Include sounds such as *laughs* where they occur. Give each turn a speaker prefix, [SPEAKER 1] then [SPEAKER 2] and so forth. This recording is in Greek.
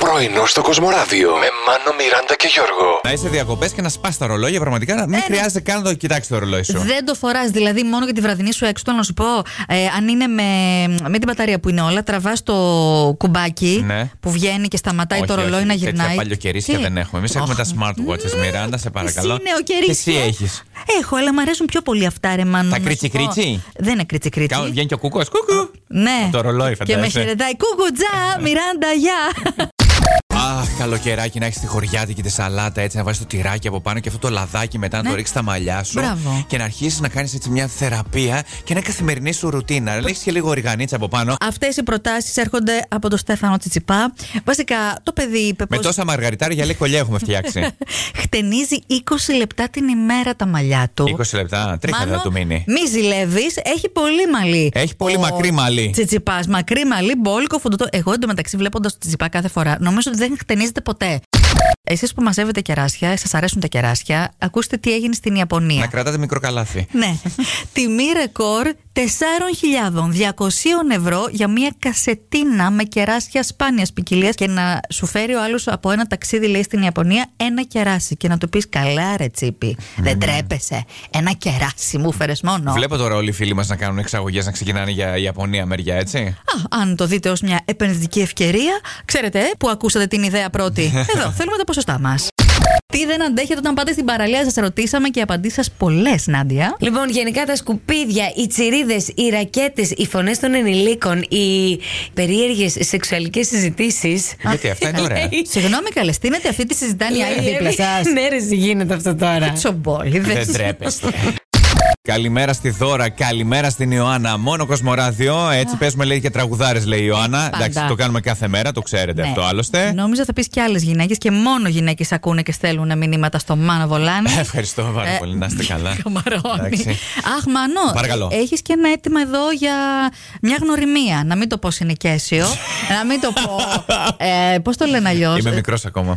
[SPEAKER 1] Πρωινό στο Κοσμοράδιο με Μάνο, Μιράντα και Γιώργο.
[SPEAKER 2] Να είσαι διακοπές και να σπάς τα ρολόγια. Πραγματικά να μην
[SPEAKER 3] Ε, ναι.
[SPEAKER 2] χρειάζεται καν να το κοιτάξεις το ρολόι σου.
[SPEAKER 3] Δεν το φοράς, δηλαδή μόνο για τη βραδινή σου έξω. Θέλω να σου πω, ε, αν είναι με, με την μπαταρία που είναι όλα, τραβάς το κουμπάκι
[SPEAKER 2] Ναι.
[SPEAKER 3] που βγαίνει και σταματάει
[SPEAKER 2] Όχι,
[SPEAKER 3] το ρολόι
[SPEAKER 2] όχι,
[SPEAKER 3] να
[SPEAKER 2] τέτοια
[SPEAKER 3] γυρνάει.
[SPEAKER 2] παλιοκαιρίσια
[SPEAKER 3] Τι?
[SPEAKER 2] δεν έχουμε. Εμείς έχουμε τα
[SPEAKER 3] Αχ,
[SPEAKER 2] smartwatches,
[SPEAKER 3] ναι.
[SPEAKER 2] Μιράντα, σε παρακαλώ.
[SPEAKER 3] Εσύ νεοκαιρίσια.
[SPEAKER 2] Και εσύ έχεις.
[SPEAKER 3] Έχω, αλλά μου αρέσουν πιο πολύ αυτά, ρε Μάνο.
[SPEAKER 2] Τα
[SPEAKER 3] να σου πω.
[SPEAKER 2] κρίτσι-κρίτσι?
[SPEAKER 3] Δεν είναι κρίτσι κρίτσι.
[SPEAKER 2] Κα- Βγαίνει και ο κούκο. Κούκου.
[SPEAKER 3] Ναι.
[SPEAKER 2] Το ρολόι,
[SPEAKER 3] Και με
[SPEAKER 2] φαντάζεσαι.
[SPEAKER 3] χαιρετάει. Κουκουτζά, Μιράντα,
[SPEAKER 2] *laughs*
[SPEAKER 3] γεια.
[SPEAKER 2] Αχ, καλοκαιράκι να έχεις τη χωριάτικη τη σαλάτα έτσι, να βάζεις το τυράκι από πάνω και αυτό το λαδάκι μετά να
[SPEAKER 3] Ναι.
[SPEAKER 2] το ρίξεις στα μαλλιά σου.
[SPEAKER 3] Μπράβο.
[SPEAKER 2] Και να αρχίσεις να κάνεις έτσι μια θεραπεία και μια καθημερινή σου ρουτίνα. Να έχεις και λίγο οργανίτσα από πάνω.
[SPEAKER 3] Αυτές οι προτάσεις έρχονται από τον Στέφανο Τσιτσιπά. Βασικά, το παιδί είπε
[SPEAKER 2] Με
[SPEAKER 3] πως-
[SPEAKER 2] τόσα μαργαριτάρια λέει κολλιά έχουμε
[SPEAKER 3] *laughs*
[SPEAKER 2] φτιάξει.
[SPEAKER 3] χτενίζει 20 λεπτά την ημέρα τα μαλλιά του.
[SPEAKER 2] 20 λεπτά, τρίχα
[SPEAKER 3] Μάνο,
[SPEAKER 2] θα του μείνει.
[SPEAKER 3] Μη ζηλεύεις, έχει πολύ μαλλί.
[SPEAKER 2] Έχει πολύ μακρύ μαλλί.
[SPEAKER 3] Τσιτσιπάς, μακρύ μαλλί, μπόλικο φουντωτό. Εγώ εντωμεταξύ βλέποντας το τσιτσιπά κάθε φορά, νομίζω ότι δεν χτενίζεται ποτέ. Εσείς που μαζεύετε κεράσια, σας αρέσουν τα κεράσια, ακούστε τι έγινε στην Ιαπωνία.
[SPEAKER 2] Να κρατάτε μικρό καλάθι.
[SPEAKER 3] Ναι. Τιμή ρεκόρ 4.200 ευρώ για μια κασετίνα με κεράσια σπάνιας ποικιλία και να σου φέρει ο άλλος από ένα ταξίδι, λέει στην Ιαπωνία, ένα κεράσι. Και να του πεις καλά, ρε τσίπη. Δεν τρέπεσαι. Ένα κεράσι μου φέρες μόνο.
[SPEAKER 2] Βλέπω τώρα όλοι οι φίλοι μας να κάνουν εξαγωγές να ξεκινάνε για Ιαπωνία μεριά, έτσι.
[SPEAKER 3] Α, αν το δείτε ως μια επενδυτική ευκαιρία, ξέρετε ε, που ακούσατε την ιδέα πρώτη. Εδώ, θέλουμε τα ποσοστά μας. Τι δεν αντέχετε όταν πάτε στην παραλία, σας ρωτήσαμε και οι απαντήσεις σας πολλές,
[SPEAKER 4] *laughs*
[SPEAKER 3] Νάντια.
[SPEAKER 4] Λοιπόν, γενικά τα σκουπίδια, οι τσιρίδες, οι ρακέτες, οι φωνές των ενηλίκων, οι περίεργες σεξουαλικές συζητήσεις.
[SPEAKER 2] Γιατί αυτά είναι
[SPEAKER 3] *laughs*
[SPEAKER 2] ωραία.
[SPEAKER 3] Συγγνώμη, καλεστίνετε, αυτή τη συζητάνε οι άλλοι δίπλα σας.
[SPEAKER 4] *laughs* Ναι, ρε, γίνεται αυτό τώρα.
[SPEAKER 3] Τσομπόλιδες.
[SPEAKER 2] Ε. Δεν τρέπεστε. Καλημέρα στη Δώρα, καλημέρα στην Ιωάννα. Μόνο Κοσμοράδιο, έτσι παίζουμε λέει και τραγουδάρες, λέει η Ιωάννα.
[SPEAKER 3] Ε, πάντα.
[SPEAKER 2] Εντάξει, το κάνουμε κάθε μέρα, το ξέρετε
[SPEAKER 3] Ναι.
[SPEAKER 2] αυτό άλλωστε.
[SPEAKER 3] Νόμιζα θα πεις και άλλες γυναίκες και μόνο γυναίκες ακούνε και στέλνουν μηνύματα στο Μάνο Βολάνη.
[SPEAKER 2] Ευχαριστώ πάρα
[SPEAKER 3] Ε,
[SPEAKER 2] πολύ, να είστε καλά.
[SPEAKER 3] *laughs* Καμαρώνει.
[SPEAKER 2] Εντάξει.
[SPEAKER 3] Αχ, Μανώ.
[SPEAKER 2] Παρακαλώ.
[SPEAKER 3] Έχεις και ένα αίτημα εδώ για μια γνωριμία. Να μην το πω
[SPEAKER 2] *laughs*
[SPEAKER 3] συνοικέσιο. να μην το πω. Ε, Πώς το λένε αλλιώς.
[SPEAKER 2] Είμαι μικρός ακόμα.